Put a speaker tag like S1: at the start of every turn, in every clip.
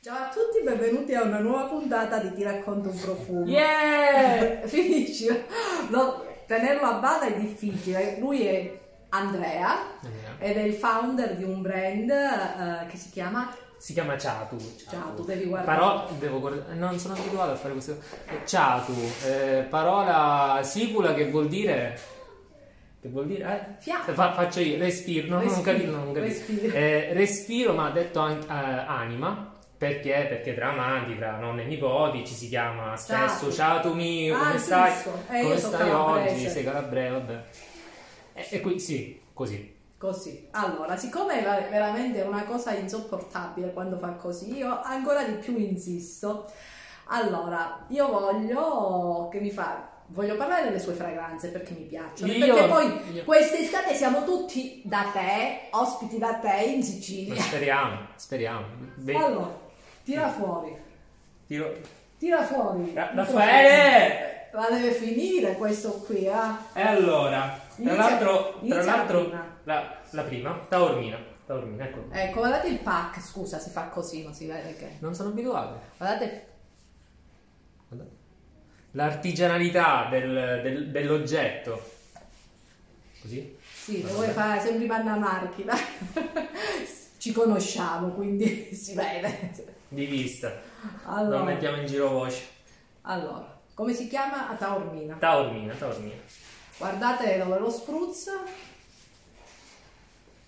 S1: Ciao a tutti, benvenuti a una nuova puntata di Ti racconto un profumo.
S2: Yeah!
S1: Finisci, no, tenerlo a bada è difficile. Lui è Andrea ed è il founder di un brand eh, che si chiama
S2: Si chiama Chatu.
S1: Ciao, tu devi guardare.
S2: Parola, devo guardare, non sono abituato a fare questo. Chatu, eh, parola sicula che vuol dire... Che vuol dire? Eh?
S1: Fiato.
S2: Fa- faccio io, respiro, no, non
S1: Respiro,
S2: capito, non capito.
S1: respiro.
S2: Eh, respiro, ma ha detto an- eh, anima. Perché? Perché tra amanti, tra nonni e nipoti ci si chiama spesso Chatu mio,
S1: Ah,
S2: come
S1: giusto.
S2: stai?
S1: Eh, io
S2: come
S1: sono
S2: stai oggi?
S1: calabrese.
S2: Sei calabrese, vabbè. E, e qui sì, così.
S1: Così. Allora, siccome è ver- veramente una cosa insopportabile quando fa così, io ancora di più insisto. Allora, io voglio che mi fa voglio parlare delle sue fragranze perché mi piacciono,
S2: Io-
S1: Cioè, perché poi
S2: io-
S1: quest'estate siamo tutti da te, ospiti da te in Sicilia.
S2: Ma speriamo, speriamo. Beh,
S1: Allora, tira fuori.
S2: tiro-
S1: Tira fuori.
S2: Ra- Raffaele!
S1: La deve finire questo qui, eh.
S2: E allora, tra
S1: Inizia-
S2: l'altro, tra
S1: inizia la
S2: l'altro
S1: prima.
S2: la, la prima, Taormina. Taormina, ecco.
S1: Ecco, guardate il pack, scusa, si fa così, non si vede che.
S2: Non sono abituato.
S1: Guardate
S2: L'artigianalità del- del- dell'oggetto. Così?
S1: Sì,
S2: Ma
S1: lo vuoi
S2: vabbè.
S1: fare sempre Vanna Marchi, dai. Ci conosciamo, quindi si vede.
S2: Di vista.
S1: Allora,
S2: Non mettiamo in giro voce.
S1: allora, come si chiama? A Taormina.
S2: Taormina, Taormina.
S1: Guardate dove lo spruzza.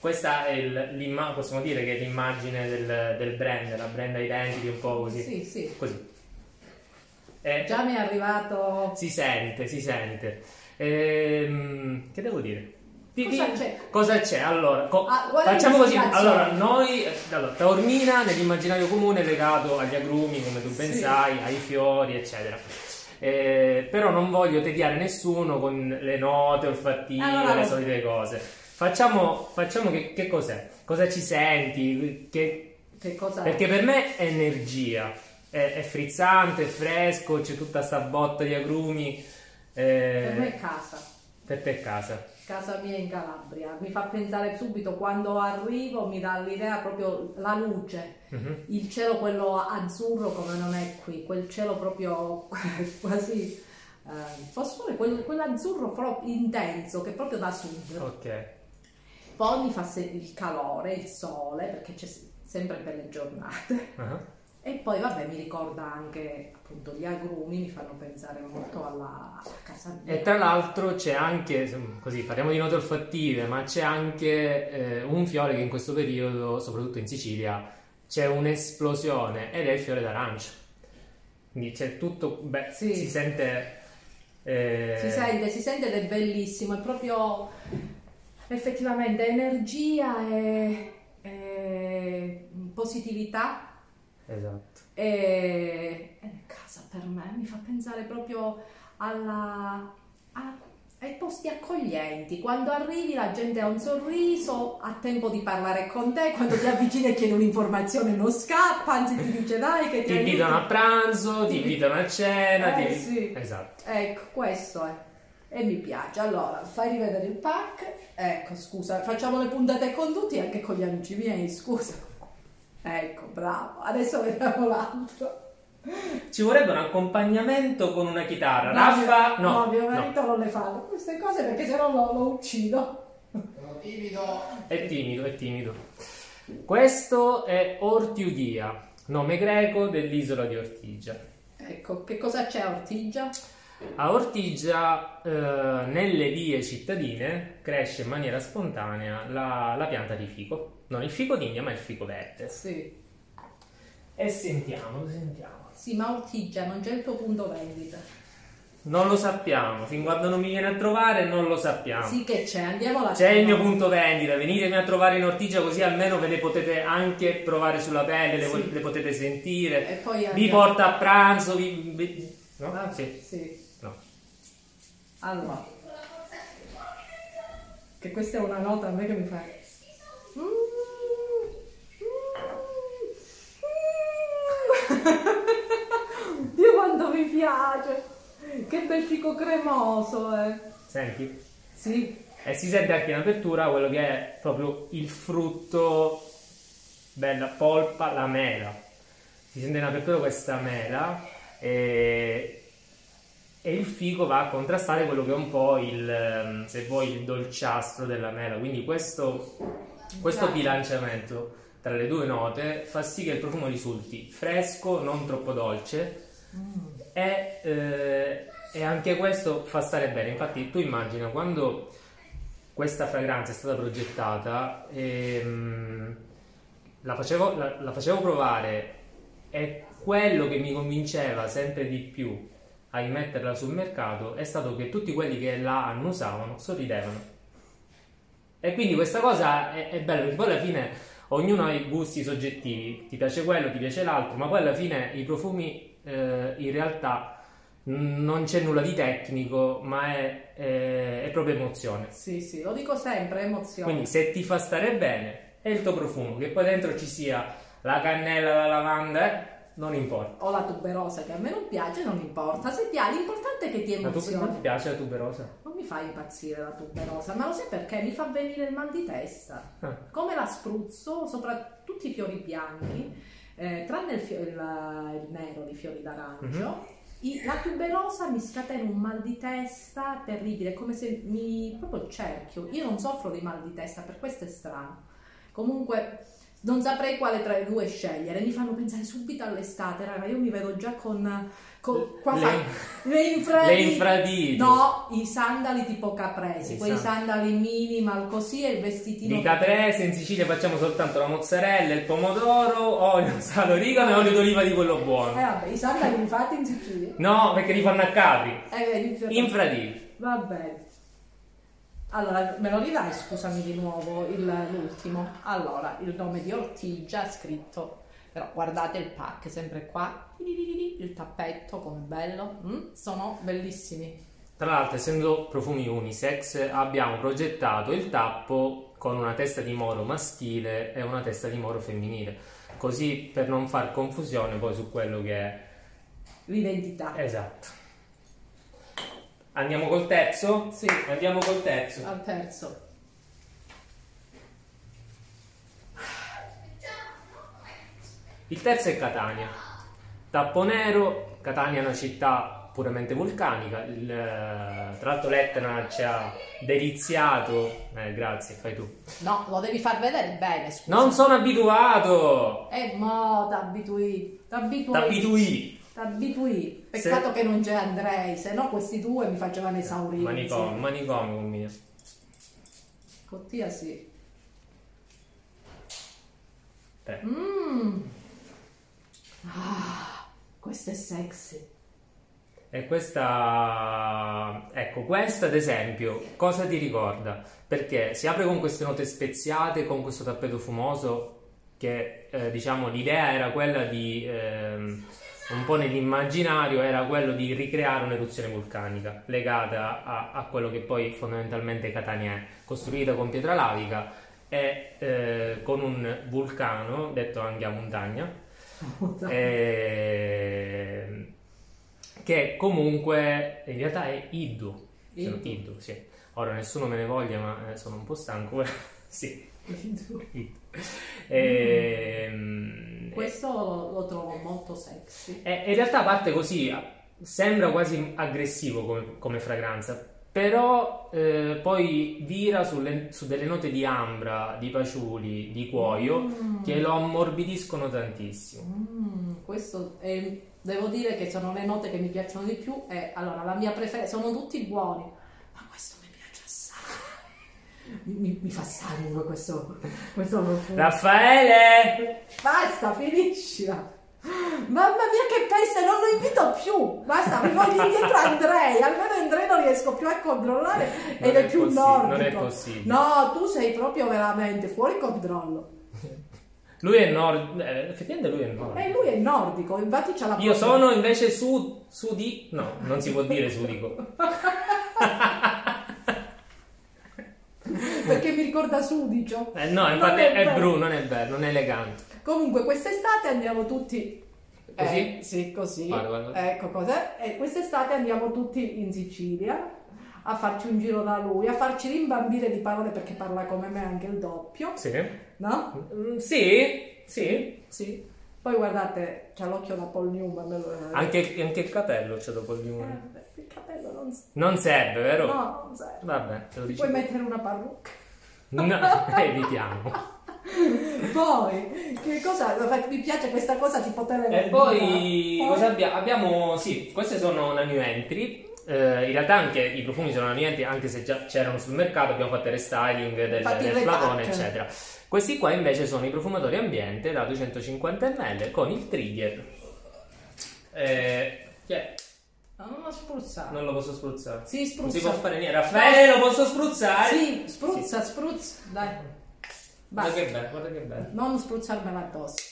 S2: Questa è il- l'imma- possiamo dire che è l'immagine del, del brand, la brand identity un po' così.
S1: Sì, sì.
S2: Così. Eh,
S1: Già mi è arrivato...
S2: Si sente, si sente. Ehm, che devo dire? Di-
S1: Cosa
S2: di-
S1: c'è?
S2: cosa c'è? Allora, co-
S1: Ah, guarda
S2: facciamo così.
S1: l'ispirazione.
S2: Allora, noi, eh, allora, Taormina nell'immaginario comune è legato agli agrumi, come tu
S1: Sì.
S2: pensai, ai fiori, eccetera. Eh, però non voglio tediare nessuno con le note olfattive,
S1: Allora,
S2: le
S1: no.
S2: solite cose. Facciamo, facciamo che, che cos'è? Cosa ci senti? Che,
S1: Che cosa è?
S2: perché per me è energia, è, è frizzante, è fresco, c'è tutta sta botta di agrumi. eh,
S1: Per me è casa.
S2: per te è casa.
S1: Casa mia in Calabria. Mi fa pensare subito quando arrivo, mi dà l'idea proprio la luce.
S2: Mhm.
S1: il cielo quello azzurro come non è qui, quel cielo proprio quasi eh, fosfore, quel- quell'azzurro pro- intenso che proprio da sud.
S2: Ok.
S1: Poi mi fa se- il calore, il sole, perché c'è se- sempre belle giornate.
S2: Ah.
S1: E poi vabbè mi ricorda anche appunto gli agrumi, mi fanno pensare molto alla, alla casa mia.
S2: E tra l'altro c'è anche, se- così parliamo di note olfattive, ma c'è anche eh, un fiore che in questo periodo, soprattutto in Sicilia, c'è un'esplosione ed è il fiore d'arancio. Quindi c'è tutto, beh,
S1: Sì.
S2: si sente... eh,
S1: Si sente, si sente ed è bellissimo, è proprio effettivamente energia e, e positività
S2: Esatto.
S1: e, e casa per me mi fa pensare proprio alla, a- ai posti accoglienti. Quando arrivi la gente ha un sorriso, ha tempo di parlare con te, quando ti avvicini e chiedi un'informazione non scappa, anzi ti dice dai che ti,
S2: Ti
S1: aiuto".
S2: invitano a pranzo, ti invitano a cena,
S1: Eh,
S2: ti...
S1: sì.
S2: Esatto.
S1: Ecco, questo è. E mi piace. Allora, fai rivedere il pack. Ecco, scusa, facciamo le puntate con tutti anche con gli amici miei, scusa. Ecco, bravo. Adesso vediamo l'altro.
S2: Ci vorrebbe un accompagnamento con una chitarra.
S1: Fabio-
S2: Raffa, no.
S1: No, mio
S2: no.
S1: marito non le fa queste cose perché sennò lo, lo uccido.
S3: Sono timido.
S2: È timido, è timido. Questo è Ortiudia, nome greco dell'isola di Ortigia.
S1: Ecco, che cosa c'è Ortigia?
S2: A Ortigia, eh, nelle vie cittadine, cresce in maniera spontanea la, la pianta di fico. Non il fico d'India, ma il fico verde.
S1: Sì.
S2: E sentiamo, sentiamo.
S1: Sì, ma Ortigia non c'è il tuo punto vendita.
S2: Non lo sappiamo, fin quando non mi viene a trovare non lo sappiamo.
S1: Sì che c'è, andiamo alla
S2: C'è il mio punto vendita, venitemi a trovare in Ortigia così almeno ve le potete anche provare sulla pelle, le,
S1: Sì. Eh,
S2: le potete sentire.
S1: E poi
S2: Vi
S1: andiamo.
S2: porta a pranzo, vi... vi- no?
S1: Ah,
S2: Sì,
S1: sì.
S2: no.
S1: Allora, che questa è una nota a me che mi fa. Dio quanto mi piace! Che bel fico cremoso, eh!
S2: Senti?
S1: Sì,
S2: E si sente anche in apertura quello che è proprio il frutto, bella polpa, la mela. si sente in apertura questa mela e, e il fico va a contrastare quello che è un po' il, ehm, se vuoi, il dolciastro della mela. Quindi questo, questo
S1: Esatto.
S2: bilanciamento tra le due note fa sì che il profumo risulti fresco, non troppo dolce e, eh, e anche questo fa stare bene. Infatti tu immagina quando questa fragranza è stata progettata, ehm, la, facevo, la- la facevo provare e quello che mi convinceva sempre di più a rimetterla sul mercato è stato che tutti quelli che la annusavano sorridevano. E quindi questa cosa è, è bella perché poi alla fine ognuno ha i gusti soggettivi, ti piace quello, ti piace l'altro, ma poi alla fine i profumi eh, in realtà n- non c'è nulla di tecnico, ma è- eh, è- è proprio emozione.
S1: Sì, sì, lo dico sempre, emozione.
S2: Quindi se ti fa stare bene è il tuo profumo, che poi dentro ci sia la cannella, la lavanda, eh, non importa.
S1: O la tuberosa che a me non piace, non importa. Se piace, l'importante è che ti
S2: Ma tu non ti
S1: emozioni.
S2: piace la tuberosa?
S1: Non mi fa impazzire la tuberosa, ma lo sai perché? Mi fa venire il mal di testa.
S2: Ah.
S1: Come la spruzzo sopra tutti i fiori bianchi, eh, tranne il, fio- il- il nero di fiori d'arancio,
S2: Mhm.
S1: i- la tuberosa mi scatena un mal di testa terribile, è come se mi proprio il cerchio. Io non soffro di mal di testa, per questo è strano. Comunque, non saprei quale tra i due scegliere. Mi fanno pensare subito all'estate, raga. Io mi vedo già con. con qua fa-
S2: Le,
S1: le infradito.
S2: le infradito.
S1: No, i sandali tipo capresi,
S2: I
S1: quei
S2: sandali.
S1: sandali minimal così e il vestitino.
S2: Di caprese in Sicilia facciamo soltanto la mozzarella, il pomodoro, olio, sale, origano e olio d'oliva di quello
S1: Eh
S2: buono.
S1: vabbè, i sandali infatti in Sicilia.
S2: No, perché li fanno a Capri.
S1: Eh, vedi, fior-
S2: Infradito.
S1: Va bene. Allora, me lo ridai, scusami di nuovo, il- l'ultimo. Allora, il nome di Ortigia scritto. Però guardate il pack, sempre qua. Il tappetto, come bello. Mm, sono bellissimi.
S2: Tra l'altro, essendo profumi unisex, abbiamo progettato il tappo con una testa di moro maschile e una testa di moro femminile, così per non far confusione poi su quello che è.
S1: L'identità.
S2: Esatto. Andiamo col terzo?
S1: Sì,
S2: Andiamo col terzo.
S1: al terzo.
S2: Il terzo è Catania. Tappo nero, Catania è una città puramente vulcanica, il, eh, tra l'altro l'Etna ci ha deliziato, eh, grazie, fai tu.
S1: No, lo devi far vedere bene, scusa.
S2: Non sono abituato,
S1: Eh, ma t'abitui, t'abitui,
S2: t'abitui,
S1: t'abitui. Peccato che non c'è Andrei, se no questi due mi facevano esaurire.
S2: manicomio, manicomio con me.
S1: Cottia sì.
S2: Eh.
S1: Mmm. Ah, questo è sexy.
S2: E questa, ecco, questa ad esempio, cosa ti ricorda? Perché si apre con queste note speziate, con questo tappeto fumoso, che eh, diciamo l'idea era quella di, ehm, un po' nell'immaginario, era quello di ricreare un'eruzione vulcanica legata a, a quello che poi fondamentalmente Catania è, costruita con pietra lavica e eh, con un vulcano, detto anche a montagna,
S1: Esatto.
S2: Eh, ehm, che comunque in realtà è Iddu. Sono
S1: Iddu.
S2: Iddu, sì. Ora nessuno me ne voglia, ma eh, sono un po' stanco. sì, Iddu. Ehm,
S1: Mm. Questo lo, lo trovo molto sexy.
S2: e- e in realtà parte così, a- sembra quasi aggressivo come, come fragranza, però eh, poi vira sulle- su delle note di ambra, di paciuli, di cuoio,
S1: Mm.
S2: che lo ammorbidiscono tantissimo.
S1: Mm, questo è- devo dire che sono le note che mi piacciono di più e allora la mia preferenza sono tutti buoni, ma questo mi piace assai. Mi, mi- mi fa sangue questo, questo profumo.
S2: Raffaele!
S1: Basta, finiscila. Mamma mia che peste, non lo invito più. Basta, mi voglio indietro Andrei, almeno Andrei non riesco più a controllare ed è,
S2: è
S1: più
S2: possi-
S1: nordico.
S2: non è possibile.
S1: No, tu sei proprio veramente fuori controllo.
S2: Lui è nord... eh, effettivamente lui è nord.
S1: E Eh, lui è nordico, infatti c'ha la
S2: Io
S1: propria-
S2: sono invece su... sudi... no, non si può dire sudico.
S1: perché mi ricorda Sudicio.
S2: Eh, no,
S1: Non
S2: infatti
S1: è
S2: è,
S1: bello.
S2: bru, non è bello, non è elegante.
S1: Comunque, quest'estate andiamo tutti.
S2: Così?
S1: Eh, sì, così.
S2: Guarda, guarda.
S1: Ecco cos'è. E quest'estate andiamo tutti in Sicilia a farci un giro da lui, a farci rimbambire di parole perché parla come me anche il doppio,
S2: Sì?
S1: no?
S2: Mm, sì? Sì? Sì?
S1: Poi guardate, c'ha l'occhio da Paul Newman. allora-
S2: Anche, anche il capello c'è dopo il
S1: Eh,
S2: Newman.
S1: il capello non si...
S2: Non serve, vero?
S1: No, non serve.
S2: Vabbè, te lo
S1: Ti
S2: dico.
S1: puoi mettere una parrucca.
S2: No, evitiamo.
S1: Poi, che cosa? Mi piace questa cosa di poter...
S2: E Eh, poi cosa abbia- abbiamo? Sì, queste sono la new entry. Eh, in realtà anche i profumi sono la new entry, anche se già c'erano sul mercato, abbiamo fatto il restyling del,
S1: Infatti il
S2: del flavone,
S1: repack.
S2: eccetera. Questi qua invece sono i profumatori ambiente da 250 ml con il trigger. Eh, che-
S1: No, Ah, non lo spruzza.
S2: non lo posso spruzzare.
S1: Sì,
S2: Non si può
S1: spruzza.
S2: fare niente. Raffaele, lo posso spruzzare?
S1: Sì, spruzza, spruzza. Dai.
S2: Guarda
S1: Basta.
S2: che bello, guarda che bello.
S1: Non spruzzarmela addosso.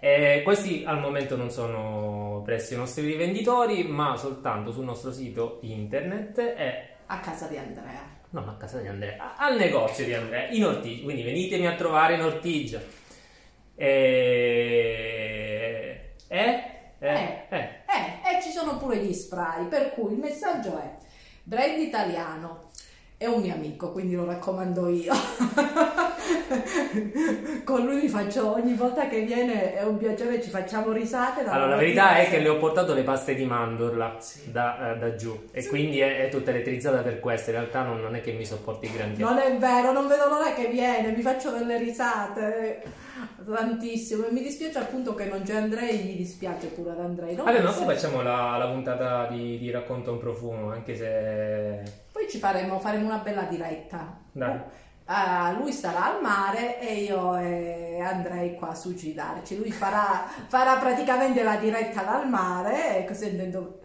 S2: Eh, questi al momento non sono presso i nostri rivenditori, ma soltanto sul nostro sito internet e
S1: A casa di Andrea.
S2: non a casa di Andrea, a- al negozio di Andrea in Ortigia. Quindi venitemi a trovare in Ortigia. E... Eh? Eh? Eh?
S1: Eh, e ci sono pure gli spray, per cui il messaggio è brand italiano. È un mio amico, quindi lo raccomando io. Con lui mi faccio ogni volta che viene è un piacere, ci facciamo risate. dalla
S2: Allora, la
S1: mattina
S2: verità è
S1: alla
S2: che le
S1: sera.
S2: ho portato le paste di mandorla
S1: Sì.
S2: da, eh, da giù e
S1: Sì.
S2: quindi è, è tutta elettrizzata per questo. In realtà non, non è che mi sopporti i grandi
S1: Non è vero, non vedo l'ora che viene, mi faccio delle risate. Tantissimo. E mi dispiace appunto che non c'è Andrei, gli dispiace pure ad Andrei. No,
S2: Ah, Vabbè, ma
S1: se-
S2: poi facciamo la, la puntata di, di racconto a un profumo, anche se...
S1: Poi ci faremo, faremo una bella diretta.
S2: Dai.
S1: Ah, lui starà al mare e io eh, andrei qua a suicidarci. Lui farà, farà praticamente la diretta dal mare e così andando-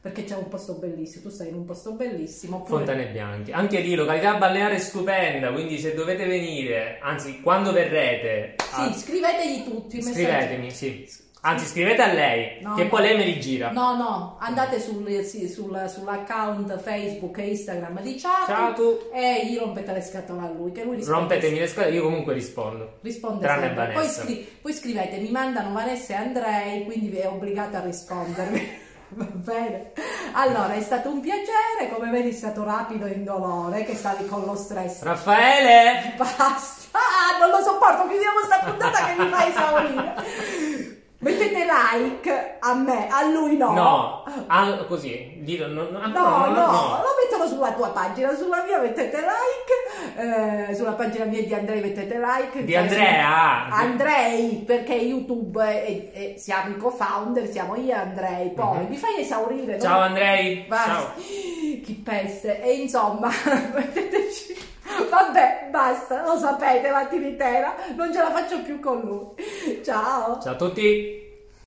S1: perché c'è un posto bellissimo. Tu stai in un posto bellissimo. oppure-
S2: Fontane Bianche. Anche lì, località balneare stupenda, quindi se dovete venire, anzi, quando verrete, a-
S1: Sì, scrivetegli tutti. i messaggi.
S2: scrivetemi, sì. Anzi, scrivete a lei,
S1: No,
S2: che
S1: no.
S2: poi lei me li gira.
S1: No, no, andate sul- sì, sul- sull'account Facebook e Instagram di Ciao,
S2: Ciao tu,
S1: e gli rompete le scatole a lui. Che lui risponde
S2: rompetemi le scatole, io comunque rispondo.
S1: risponde
S2: Tranne
S1: sempre. Poi,
S2: Vanessa.
S1: scri- poi scrivete, mi mandano Vanessa e Andrei, quindi vi è obbligata a rispondermi. Va bene. Allora, è stato un piacere, come vedi è stato rapido e indolore, che stavi con lo stress.
S2: Raffaele!
S1: Basta, ah, non lo sopporto, chiudiamo sta puntata che mi fa esaurire. Mettete like a me, a lui no.
S2: No, ah, così, dillo, no, no, ah,
S1: No, no,
S2: no, no,
S1: lo mettono sulla tua pagina, sulla mia mettete like, eh, sulla pagina mia di Andrei mettete like.
S2: Di
S1: cioè,
S2: Andrea!
S1: su- Andrei, perché YouTube è- è- siamo i co-founder, siamo io e Andrei, poi
S2: Mhm.
S1: mi fai esaurire.
S2: Ciao
S1: no?
S2: Andrei!
S1: Basta.
S2: Ciao!
S1: Chi peste, e insomma, metteteci... Vabbè, basta, lo sapete, mattinitera, non ce la faccio più con lui. Ciao.
S2: Ciao a tutti!